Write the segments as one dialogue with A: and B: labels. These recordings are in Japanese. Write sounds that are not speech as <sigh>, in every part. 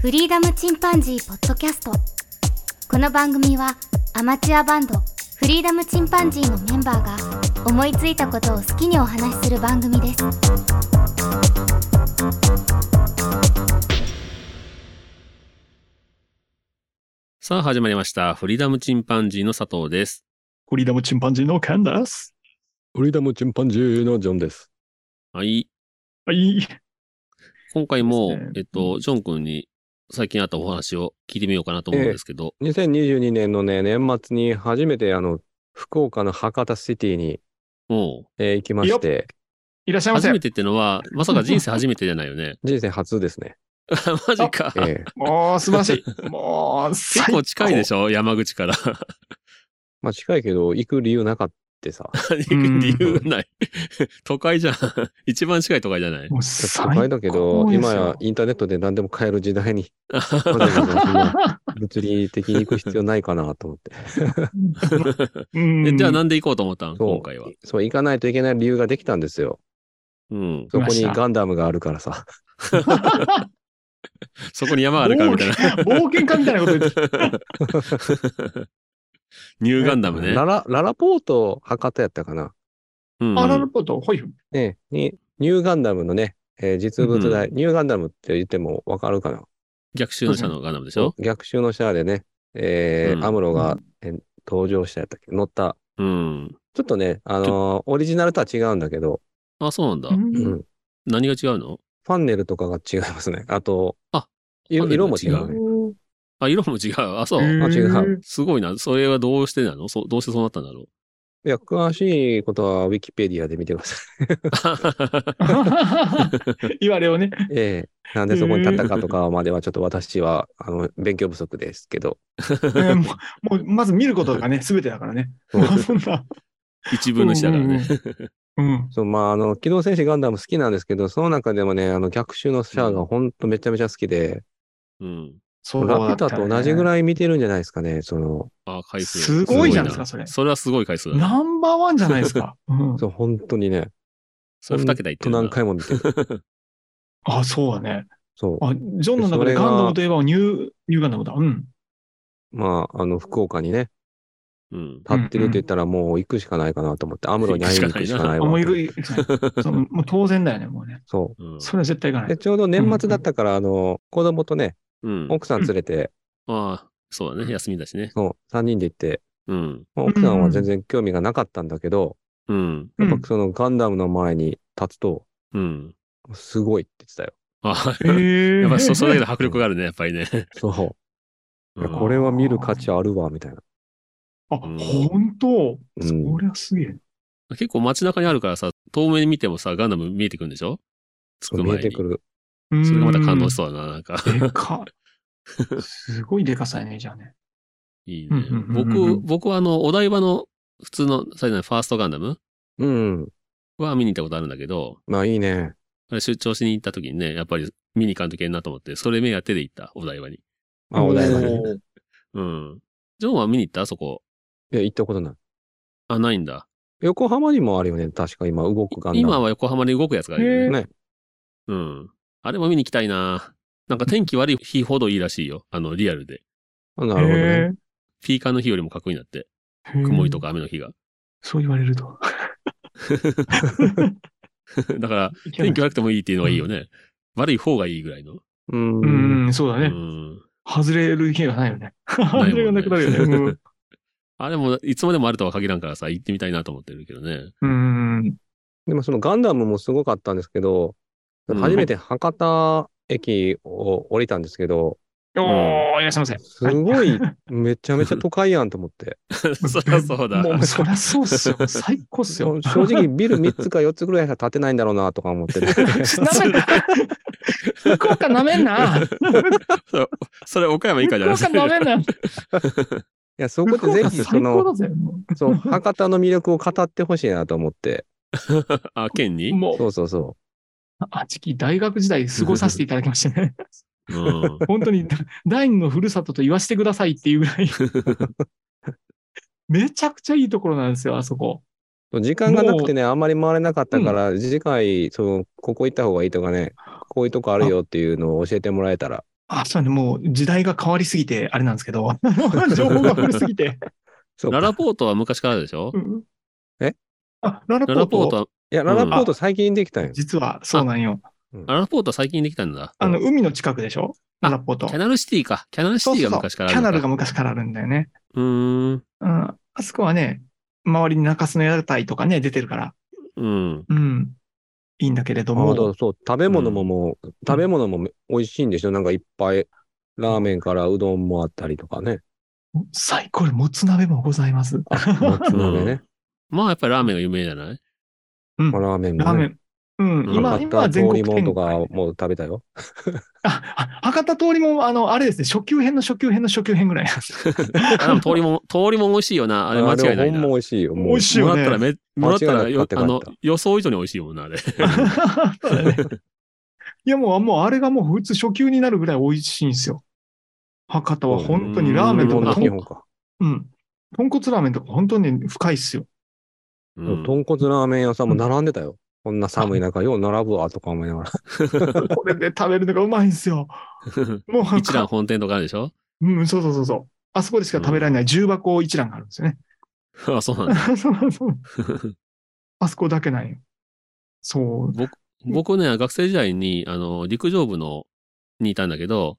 A: フリーダムチンパンジーポッドキャストこの番組はアマチュアバンドフリーダムチンパンジーのメンバーが思いついたことを好きにお話しする番組です
B: さあ始まりました。フリーダムチンパンジーの佐藤です。
C: フリーダムチンパンジーのケンです。
D: フリーダムチンパンジーのジョンです。
B: はい。
C: はい。
B: 今回も、
C: ですね
B: えっと、ジョン君に最近あったお話を聞いてみようかなと思うんですけど、
D: 2022年のね、年末に初めてあの、福岡の博多シティに、
B: も
D: えー行きまして、
C: いらっしゃ
B: う、
C: いま
B: 初
C: せ。
B: めてってのは、まさか人生初めてじゃないよね。 <laughs>
D: 人生初ですね。
B: マジか。
D: ええ
C: もう素晴らし
B: <laughs>
C: い。もう、
B: 結構近いでし
C: ょ。
B: ょ山口から。
D: まあ近いけど、行く理由なかったさ。
B: <laughs>
C: ん
B: 理由ない。都会じゃん。 <laughs> 一番近い都会じゃない
C: もう
D: 都
C: 最高
D: 会だけど、
C: です
D: 今
C: よ
D: やインターネットで何でも買える時
B: <laughs>
D: 代に、わざわざそんな
C: う
D: 物理的に行く必要ないかなと
B: <laughs>
D: 思って。
C: ん
B: えじゃあなんで行こうと思ったん
D: そう
B: 今回は。
D: そう、行かないといけない理由ができたんですよ。
B: うん。
D: そこ
C: 来まし
D: に
C: た
D: ガンダムがあるからさ。
B: そこに山あるからみたい
C: <laughs>
B: な。
C: 冒険冒険家みたいなこと言って。
B: ニューガンダムね
D: ラ。ラ、ララポート博多やったかな。
B: うん
C: あらること、ほい。
D: ね、に、ニューガンダムのね、えー実物大、ニューガンダムって言ってもわかるかな
B: 逆襲の者のガンダムでしょ
D: 逆襲のシャアでね、えー
B: うん
D: アムロ
C: う
D: が、えー登場したやったっけ乗った。
B: うん。
D: ちょっとね、あのーオリジナルとは違うんだけど、
B: あ、そうなんだ
C: う。
D: うんん
B: 何が違うの
D: ファンネルとかが違いますね。あと、
B: あ
D: い
B: ファンネル
D: 色
B: も
D: も
B: 違
D: 違
B: う
D: うね。
B: あ、色も違う。あ、そ
C: あ
B: う。
D: あ違う。
B: すごいな。それはどうしてなのそうどうしてそうなったんだろう。
D: いや、詳しいことはウィキペディアで見てくださ
C: 言われを
B: <laughs>
C: ね。
D: い。 <laughs> ええなんでそこに立ったかとかまではちょっと私は、あの、勉強不足ですけど。
C: うんもう、もうまず見ることがね、すべてだからね。
D: そう
C: そんな。
B: <laughs> 一分の一だからね。
C: うん。
D: そう、まあ、あの、機動戦士ガンダム好きなんですけど、その中でもね、あの、逆襲のシャアがほんとめちゃめちゃ好きで、
B: うん。
C: そうだ
D: ラ
C: ったね
D: ピュタと同じぐらい見てるんじゃないですかね、その、
B: あ、回数。
C: すごいじゃないですか、
B: す
C: それ
B: ご。それはすごい回数だな。
C: ナンバーワンじゃないですか。うん
D: そう、本当にね、
B: それ二桁いって
D: と
B: るな。
D: 何回も見てる。
C: あ、そうだね。
D: そう。
C: あ、ジョンの中でガンダムといえばニュー、ニューガンダムだ。うん。
D: まあ、あの、福岡にね、
B: うん。
D: 立ってるって言ったらもう行くしかないかなと思って、アムロに会いに行くしかない
C: あ、も
D: わ
C: う。いる、い <laughs> るそのもう当然だよね、もうね。
D: そ
B: うん
C: それは絶対行かな
D: う。で、
C: い。
D: ちょうど年末だったから、あの、子供とね、
B: うん。
D: 奥さん連れて、
B: ああ、そうだね。休みだしね。
D: そう、3人で行って、
B: うん。
D: まあ奥さんは全然興味がなかったんだけど、
B: うん。
C: うん
D: やっぱそのガンダムの前に立つと、
B: うん。
D: すごいって言ってたよ。
B: あ
C: えー
B: <laughs> やっぱそ、それだけの迫力があるね、やっぱりね。
D: そうう。いや
B: ん
D: これは見る価値あるわ、みたいな。
C: あ、
B: うん
C: 本当
D: うん
C: そりゃすげえ。
B: 結構街中にあるからさ、遠目に見てもさ、ガンダム見えてくるんでしょつく前に。
D: 見えてくる。
C: うん
B: それがまた感動しそうだな、なんか。
C: でかっ。すごいでかさやね、じゃあね。
B: いい
C: うん
B: ね
C: うん。うんうんう
B: 僕、
C: ん
B: 僕はあの、お台場の普通の、最初のファーストガンダム
D: うん。
B: は見に行ったことあるんだけど、
D: まあいいね。
B: あれ出張しに行った時にね、やっぱり見に行かんといけんなと思って、それ目当てで行った、お台場に。
D: まあお台場に。い
C: おー
B: うん。ジョンは見に行ったそこ。
D: や、行ったことない。
B: あ、ないんだ。
D: 横浜にもあるよね。確か今、動くガンダム。
B: 今は横浜で動くやつがいるよね。
D: ね
B: うん。あれも見に行きたいななんか天気悪い日ほどいいらしいよ。あの、リアルで。
D: あなるほどね。
B: ピーカーの日よりもかっこいいんだって。
C: へー
B: 曇りと。か雨の日
C: <laughs>
B: が。
C: そう言われ
B: <laughs>
C: ると。
B: だから、天気悪くてもいいっていうのがいいよね。悪い方がいいぐらいの。
D: う。
C: うんん、そうだ
B: う
C: ね。
B: ん。
C: 外れる日がないよね。 <laughs> 外れがなくなるよね。うん
B: あれも、いつまでもあるとは限らんからさ、行ってみたいなと思ってるけど
C: <laughs>
B: ね。 <laughs>
C: うん。
D: でもそのガンダムもすごかったんですけど、
B: うん
D: 初めて博多駅を降りたんですけど、
C: おー、いらっしゃいませ。
D: すごい、めちゃめちゃ都会やんと思って。
B: そりゃそうだ。
C: もう、そりゃそうっすよ。最高っす
D: そ
C: よ
B: <laughs>
D: う。正直ビル3つか4つぐらいしか建てないんだろうなとか思ってね。
C: なめんな。福岡なめんな。
B: それ岡山以下じゃない
C: 福岡なめんな。
D: いや、そこでぜひ、そ
C: 最高
D: の、
C: だぜ。も
D: そう、博多の魅力を語ってほしいなと思って。
B: あ、県に
C: う、も
D: そううそうそ
C: あちき大学時代過ごさせていただきま
B: <laughs>
C: してね。
B: うん。
C: 本当に第二のふるさとと言わせてくださいっていうぐら
B: <laughs>
C: い。めちゃくちゃいいところなんですよ、あそこ。
D: う。時間がなくてね、あんまり回れなかったから、次回、その、ここ行った方がいいとかね、こういうとこあるよっていうのを教えてもらえたら。
C: あ、そうね、もう時代が変わりすぎて、あれなんですけど、 <laughs> <laughs> 情報が古すぎ <laughs> て。
D: そう
B: ラ
D: か
B: ラポートは昔からでしょ
C: うん
D: え
C: あ、ララポ
B: ラ
C: ー
B: ラ
C: ト
B: ポートは、
D: いや、ララポート最近できたんよ。
C: 実はそうなんよ。
B: ララポートは最近できたんだ。
C: あの、海の近くでしょララポート。
B: キャナルシティか。キャナルシティが昔からあ
C: キ
B: る
C: ャ
B: の
C: ナ
B: か
C: ルが昔からあるんだよね。
B: うーん。
C: うん。あそこはね、周りに中洲の屋台とかね、出てるから。
B: うん。
C: うん。いいんだけれど
D: なる
C: も
D: ほ。ど、そう、食べ物ももう、食べ物も美味しいんでしょなんかいっぱい、ラーメンからうどんもあったり
C: <laughs>
D: とかね。
C: 最高でもつ鍋もございます。
D: もつ鍋ね。
B: まあやっぱりラーメンが有名じゃない
C: うん。
D: まあ
C: ラ
D: ラーメンも、ね。
C: ーメン。うん。
B: うん
C: 今、
D: 博
C: 今は
D: 多
C: 全
D: 通
C: 国
D: りもん
C: 展
D: とか
C: 開。
D: もう食べたよ。
C: あ、あ博多通りもん、あの、あれですね、初級編の初級編の初級編ぐらいなんです。
B: あでも通りもん、通りもん美味しいよな。あれ間違いない
D: あれ
B: な。
D: ほんま
B: も
D: 美味しいよ。もう
C: 美味しいよ
B: ら
C: ね
B: ったらめ、もらったら
D: 間違い
B: よ
D: なく買って帰
B: あ
D: った
B: の、予想以上に美味しいもんな、あれ。
C: そうだね。いやもう、もうあれがもう普通初級になるぐらい美味しいんですよ。博多は本当にラーメン
D: 日
C: と
D: 本
C: か
D: の
C: と
D: 基
C: ん、
D: 本か。
C: うん。豚骨ラーメンとか本当に深いっすよ。
B: うん
D: 豚骨ラーメン屋さんも並んでたよ。こんな寒い中、よう並ぶわ、とか思いながら。
C: これで食べるのがうまいんで
B: <laughs>
C: すよ。もう、
B: 一蘭本店とかあるでしょ <laughs>
C: うん、そうそうそうそう。あそこでしか食べられない重箱一覧があるんですよね。 <laughs>
B: あ、そうなんだ。
C: そうそう
B: <laughs>
C: あそこだけなんよ。そう。
B: 僕ね、学生時代に、あの、陸上部の、にいたんだけど、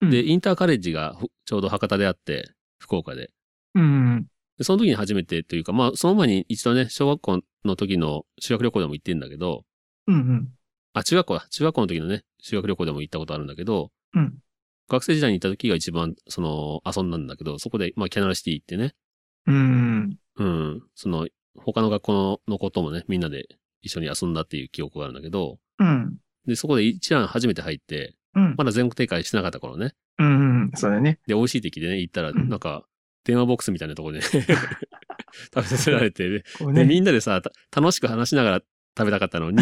C: うん
B: で、インターカレッジがふちょうど博多であって、福岡で。
C: うん。
B: でその時に初めてというか、まあ、その前に一度ね、小学校の時の修学旅行でも行ってんだけど、
C: うんうん。
B: あ、中学校だ。中学校の時のね、修学旅行でも行ったことあるんだけど、
C: うん
B: 学生時代に行った時が一番、その、遊んだんだけど、そこで、まあ、キャナルシティ行ってね、
C: うん。
B: うん、その、他の学校ののこともね、みんなで一緒に遊んだっていう記憶があるんだけど、
C: うん。
B: で、そこで一覧初めて入って、
C: うん。
B: まだ全国展開してなかった頃ね。
C: うんうん。そうだね。
B: で、美味しいって聞いてね、行ったら、
C: ん
B: なんか、電話ボックスみたいなところで <laughs> 食べさせられて、で
C: こう
B: で、
C: ね。
B: みんなでさ、た楽しく話しながら食べたかった
C: <laughs>
B: のに、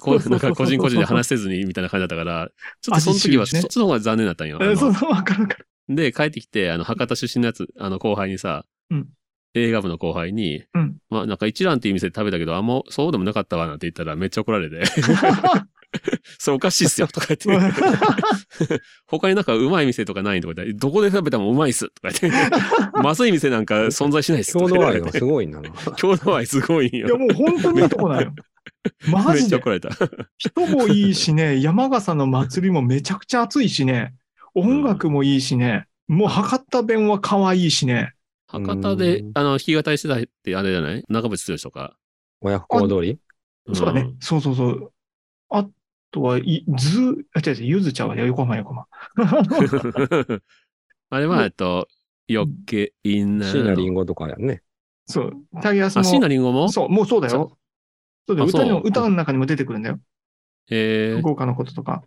B: こ
C: そう
B: う、
C: そ
B: な
C: うんそうそう
B: か
C: <laughs>
B: 個人個人で話せずにみたいな感じだったから、ちょっとその時は、
C: 味しいよ
B: そ
C: ね
B: っちの方が残念だったんよ。あの
C: うんそうそう、わかるわ
B: <laughs>
C: かる。 <laughs>
B: で、帰ってきて、あの、博多出身のやつ、あの、後輩にさ、
C: うん
B: 映画部の後輩に、
C: うん
B: まあ、なんか一蘭っていう店で食べたけど、あんま、そうでもなかったわ、なんて言ったらめっちゃ怒られて、 <laughs> それおかしいっすよ、とか言って、他になんかうまい店とかないとか言ったら、どこで食べてもうまいっす、とか言って、
C: <laughs>
B: まずい店なんか存在しないっす、と
D: 郷
B: か言わ
D: 土愛
B: れて
D: がすごいな。 <laughs>
B: <laughs> 郷土愛すごいん
C: いや、
B: よ。
C: もう本当にいいとこな
B: <laughs>
C: んよ。マ
B: めっ
C: ジ
B: ちゃ
C: で
B: 怒。られた。
C: 人もいい
B: <laughs>
C: しね、山笠の祭りもめちゃくちゃ暑いしね、音楽もいいしね、もう博多弁は可愛いしね。
B: 博多で
D: う、ん
B: あの、弾き語りしてたってあれじゃない中渕剛とか。
D: 親不孝通り
C: そうだね
B: ん。。
C: そうそうそう。あとは、いず、あ、違う違う、ゆずちゃうわよ、横浜、横浜。 <laughs>
B: <laughs> あれは、えっと、余計いんな。
D: 椎名林檎とかやんね。
C: そう、タイヤス
B: あ、椎名林檎
C: も。
B: も
C: そう、もうそうだよ。そうだ
B: あ
C: よ。歌にも、
B: そう
C: 歌の中にも出てくるんだよ。
B: え
C: 福岡のこととか。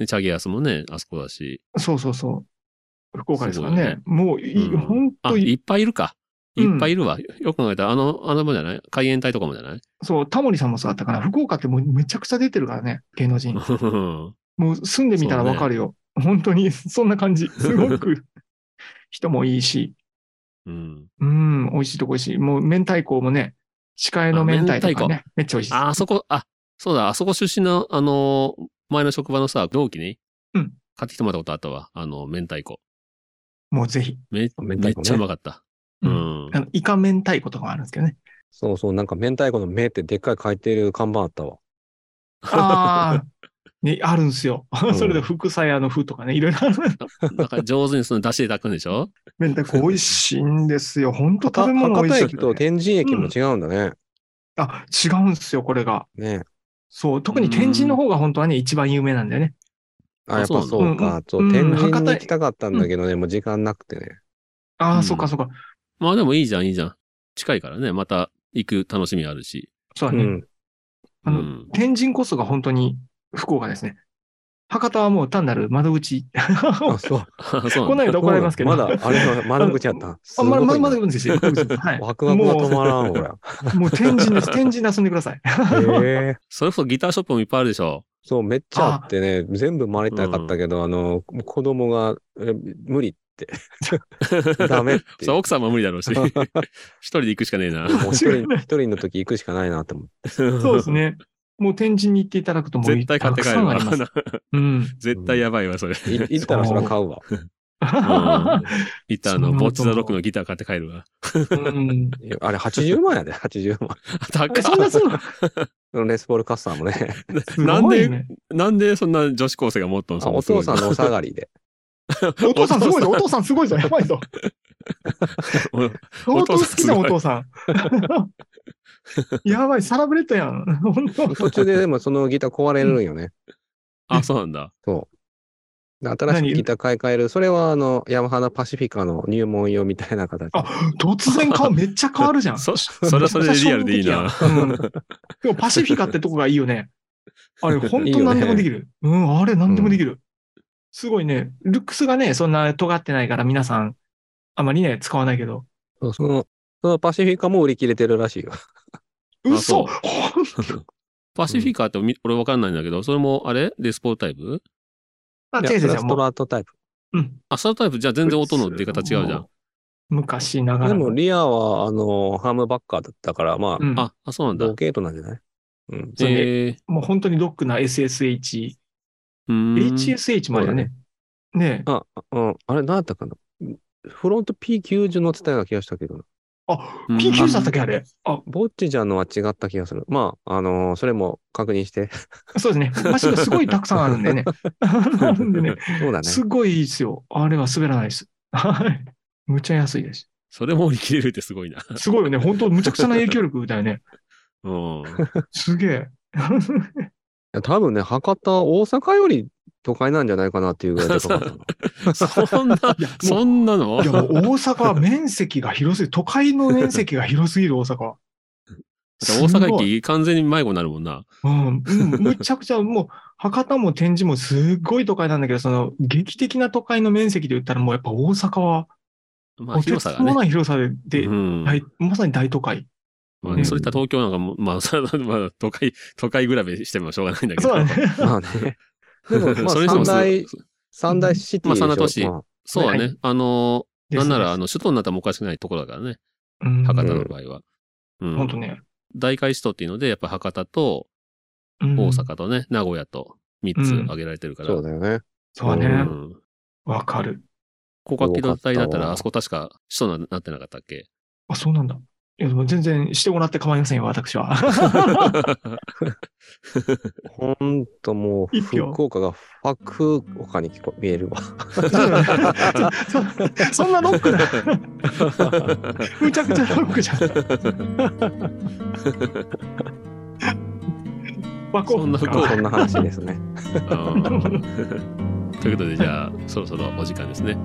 B: ー、チャゲアスもね、あそこだし。
C: そうそうそう。福岡ですから
B: そうだ
C: ね
B: ね。
C: もうい、
B: うん
C: 本
B: あ、
C: 当
B: い
C: に、
B: っぱいいるか。
C: う
B: い
C: ん
B: っぱいいるわ。よく考えたら、あの、あのもじゃない海援隊とかもじゃない <laughs>
C: そう、タモリさんもそうだったから、福岡ってもうめちゃくちゃ出てるからね、芸能人。もう住んでみたらわかるよ。本当に、そんな感 <laughs> じ。すごく、人もいいし、
B: うん。
C: うん、美味しいとこ美味しい。もう明太子もね、鹿屋の明太子とかね、めっちゃ美味しいです。
B: あ、あそこ、あ、そうだ、あそこ出身の、あの、前の職場のさ、同期に、
C: うん
B: 買ってきてもらったことあったわ。あの、明太子。
C: もうぜひ。
B: め、
D: 明太子ね
B: めっちゃうまかった。
C: う。
B: うんん。
C: あの、イカ明太子とかもあるんですけど <laughs> ね。
D: そうそう、なんか明太子の目ってでっかい書いてる看板あったわ。
C: ああ、ね、あるんですよ。
D: ん
C: それで福さやの風とかね、いろいろあ <laughs> る。
B: なんか上手にその出汁で炊くんでしょ
C: 明太子美味しいんですよ。本当食べ物
D: 博
C: 美味
D: 多
C: しい、
D: 駅と天神駅も違うんだね。
C: あ、違うんですよ、これが。
D: ね
C: そう、特に天神の方が本当はね、一番有名なんだよね。
D: あ、やっぱ
B: あそ
D: そう
C: なの
D: うか。そうう、
C: ん
D: 天神
C: 博
D: に
C: 多
D: 行きたかったんだけどね、もう時間なくてね。
C: ああ、
B: うん
C: そっかそっか。
B: まあでもいいじゃん、いいじゃん。近いからね、また行く楽しみあるし。
C: そう
D: う
C: だね。
D: ん。
C: あ
B: う
C: の
B: ん。 <laughs>
C: 天神こそが本当に福岡ですね。博多はもう単なる窓口。
D: あ、
C: こ
D: そう。
B: あそうなん
C: な
B: だ
C: いと怒られますけど。
D: まだ、あれは窓口やった。す
C: <laughs> あ
D: ごい
C: まだまだ
D: な
C: まだ窓口ですよ。窓口ですはい。
D: ワクワクが止まらん、ほら。
C: もう、もう天神です。天神で遊んでください。 <laughs>
D: へえ。
B: それこそギターショップもいっぱいあるでしょ。
D: そう、めっちゃあってね、全部回りたかったけど、あの、子供が、え無
C: <laughs>
D: 理って。ダメって。
B: そう、
D: も
B: 奥さんも無理だろうし。一人で行くしかねえな。
C: <laughs>
D: う一人、一人の時行くしかないなって思って。
B: <laughs>
C: そうですね。もう天神に行っていただくともう
B: 絶対買って帰
C: たくさ
B: る
C: んあ
B: わ
C: ります。。
B: <laughs>
C: うん。
B: 絶対やばいわ、
C: <laughs>
B: それ。
D: い行ったらそれ買うわ。
B: いたあの、
C: そんなことも
B: ボッチザロックのギター買って帰るわ。
C: うん
D: いやあれ80万やで、80万。
B: 高っ
C: えそんなするの
D: そのレスポールカスターもね。
C: す
B: なん
C: ごい
B: で、
C: ね。
B: なんでそんな女子高生が持っとん
D: あ
B: の
D: お父さんのお下がりで。
C: お父さんすごいぞ、お父さんすごいぞ、やばいぞ。
B: お
C: <laughs> 相当好きじゃん、
B: お
C: お
B: 父
C: 父さん。やばい、サラブレッドやん。本当。
D: 途中ででもそのギター壊れるんよね。
B: あ、そうなんだ。
D: で新し
C: 何
D: いギター買い替える。それはあの、ヤマハのパシフィカの入門用みたいな形。
C: あ、突然か、めっちゃ変わるじゃん。
B: そ、
C: <laughs>
B: それはそれでリアルでいいな。
C: うん。でもパシフィカってとこがいいよね。あれ、本当何でもできる。うん、あれ何でもできる。すごいね。ルックスがね、そんな尖ってないから皆さん、あまりね、使わないけど。
D: そうその、そのパシフィカも売り切れてるらしいよ。
C: 嘘
B: あ
C: ほん
B: パシフィカってみ俺わかんないんだけど、それもあれレスポールタイプ
C: あ、
D: いや
C: 違う違
D: それ
C: う違
D: は
C: う。
D: スト
C: も
D: ラートタイプ。
C: う、うん。
B: あ、スタートタイプじゃあ全然音の出方違うじゃん。。
C: 昔なが
D: で
C: らの。
D: もリアはあの、ハムバッカーだったから、まあ、
C: うん
B: あ、あ、そうなんだ
D: 同。系統なんじゃないうん。
C: そうね
B: えー
C: もう本当にロックな SSH。
B: うーん。
C: HSH もあるよね。ねえ。
D: あ、うん。あれ、何だったかなフロント P90 乗ってたような気がしたけどな。
C: あ、
B: うん
C: P90 だったっけあれ。あ、
D: ボッチジャンのは違った気がする。まあ、あのーそれも確認 <laughs> して。
C: そうですね。マシンがすごいたくさんある
B: <laughs>
C: んでね。あるんでね。
D: そうだね。
C: すごいいいですよ。あれは滑らないです。はい。むちゃ安いです。
B: それも売り切れるってすごいな。
C: すごいよね。本当むちゃくちゃな影響力だよね。
B: うん。
C: すげ
B: <laughs>
C: え。
D: 多分ね、博多、大阪より都会なんじゃないかなっていうぐらいでかか <laughs> ったな
B: そんな、
C: いや、 <laughs> も
B: そんなの
C: う、いやもう大阪は面積が広すぎる。都会の面積が広すぎる、大阪
B: だ
C: は。
B: って大阪
C: すごい
B: 駅完全に迷子になるもんな。
C: うん、うんむちゃくちゃ、もう、博多も展示もすっごい都会なんだけど、その、劇的な都会の面積で言ったら、もうやっぱ大阪は、
B: まあ
C: とて
B: 広
C: つ
B: さが
C: も
B: ね。
C: ない広さで、で
B: うん
C: 大まさに大都会。
B: まあ
C: う
B: ね、
C: ん
B: そういった東京なんかも、まあ、 <laughs> それはまあ、都会、都会比べしてもしょうがないんだけど。
C: そうだね。
D: まあね。 <laughs> で
B: <laughs>
D: も、まあ、
B: それにして
D: 三
B: もす
D: 大、三大シティでしょ。
B: まあ三大都市
D: まあ
B: そうだね。
C: はい
B: あの、なんなら、あ
C: の、
B: の、首都になったらもおかしくないところだからね。
C: うん
B: 博多の場合は。うん。
C: 本当ね。
B: 大改首都っていうので、やっぱ博多と
C: うん
B: 大阪とね、名古屋と3つ挙げられてるから。
D: そうだよね。
C: そうね
D: う。
B: うん。
C: わかる。
B: 広角機動隊だった
D: よかった
B: ら、
D: わ
B: あそこ確か首都になってなかったっけ
C: あ、そうなんだ。いや、でも全然してもらって構いませんよ、私は。
B: <laughs>
D: ほんともう、
C: 一票
D: 福岡がファク岡に聞こ見えるわ。
C: そそそんなロックだ。 <laughs> むちゃくちゃロックじゃん。バコ
B: そんな不幸
D: そんな話ですね。
B: <laughs> うんということで、じゃあ、そろそろお時間ですね。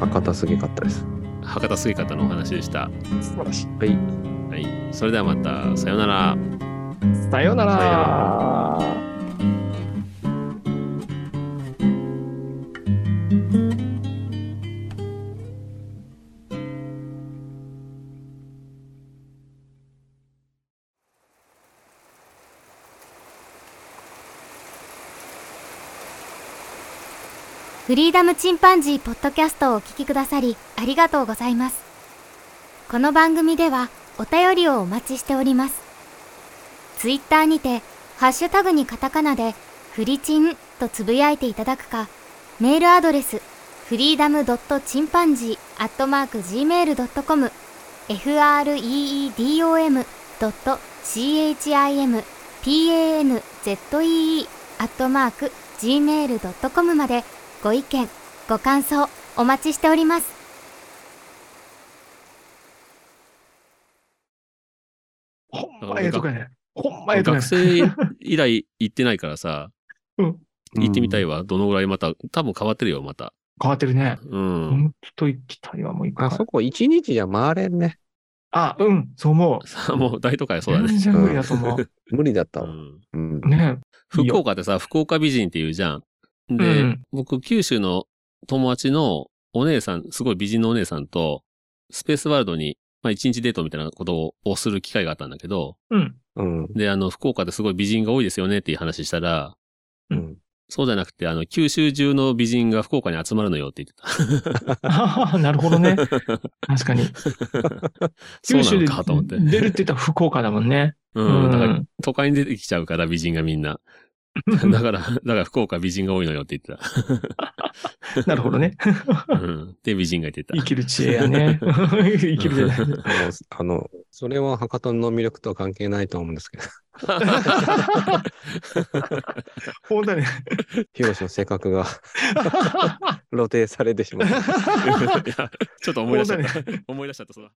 D: 博多すぎかったです。
B: 博多杉方のお話でした。
C: <laughs> 素晴らしい。
D: はい。
B: はい。それではまた、さようなら。
C: さような
D: さような
C: ら。
A: フリーダムチンパンジーポッドキャストをお聞きくださりありがとうございます。この番組ではお便りをお待ちしております。ツイッターにてハッシュタグにカタカナでフリチンとつぶやいていただくか、メールアドレスフリーダムドットチンパンジーアットマーク gmail.com freedom ドット chimpanzee アットマーク gmail.com までご意見、ご感想、お待ちしております。
C: ほんまええとこやね。ほんまええとこや
B: 学
C: ね。
B: 生以来行ってないからさ、
C: うん
B: 行ってみたいわ。どのぐらいまた、多分変わってるよ、また。
C: 変わってるね。
B: うん。
C: 本当行きたいわ、もう一回
D: あ。そこ一日じゃ回れんね。
C: あ、うん、そう思う。
B: さあ、 <laughs> もう大都会そうだ
C: 全
B: ね。
C: 然無理だと思
D: 無理だった
B: う
D: わ。
B: ん
D: うん
C: う。。ねいいよ
B: 福岡ってさ、福岡美人っていうじゃん。
C: う
B: で、
C: ん。
B: 僕、九州の友達のお姉さん、すごい美人のお姉さんと、スペースワールドに、まあ一日デートみたいなことをする機会があったんだけど、
C: うん。
D: うん。
B: で、あの、福岡ってすごい美人が多いですよねっていう話したら、
D: うん。
B: そうじゃなくて、あの、九州中の美人が福岡に集まるのよって言 <laughs> ってた。
C: ああ、なるほどね。確かに。
B: そう <laughs>
C: 九州
B: な
C: で
B: のかと思って。
C: 出るって言ったら福岡だもんね。
B: うん。だから、都会に出てきちゃうから、美人がみん <laughs> な。だから、だから福岡美人が多いのよって言って
C: なるほどね。
B: た。うん。で、美人が言ってた
C: 生。きる知恵や
B: <laughs>
C: ね。生きる知恵だね。
D: あのあの、それは博多の魅力とは関係ないと思うんですけど、 <laughs>
C: 本当だね。
D: ヒロシの性格が <laughs> 露呈されてしまう。
B: <laughs> いやちょっと思い出しちゃった。思い出しちゃった、そら。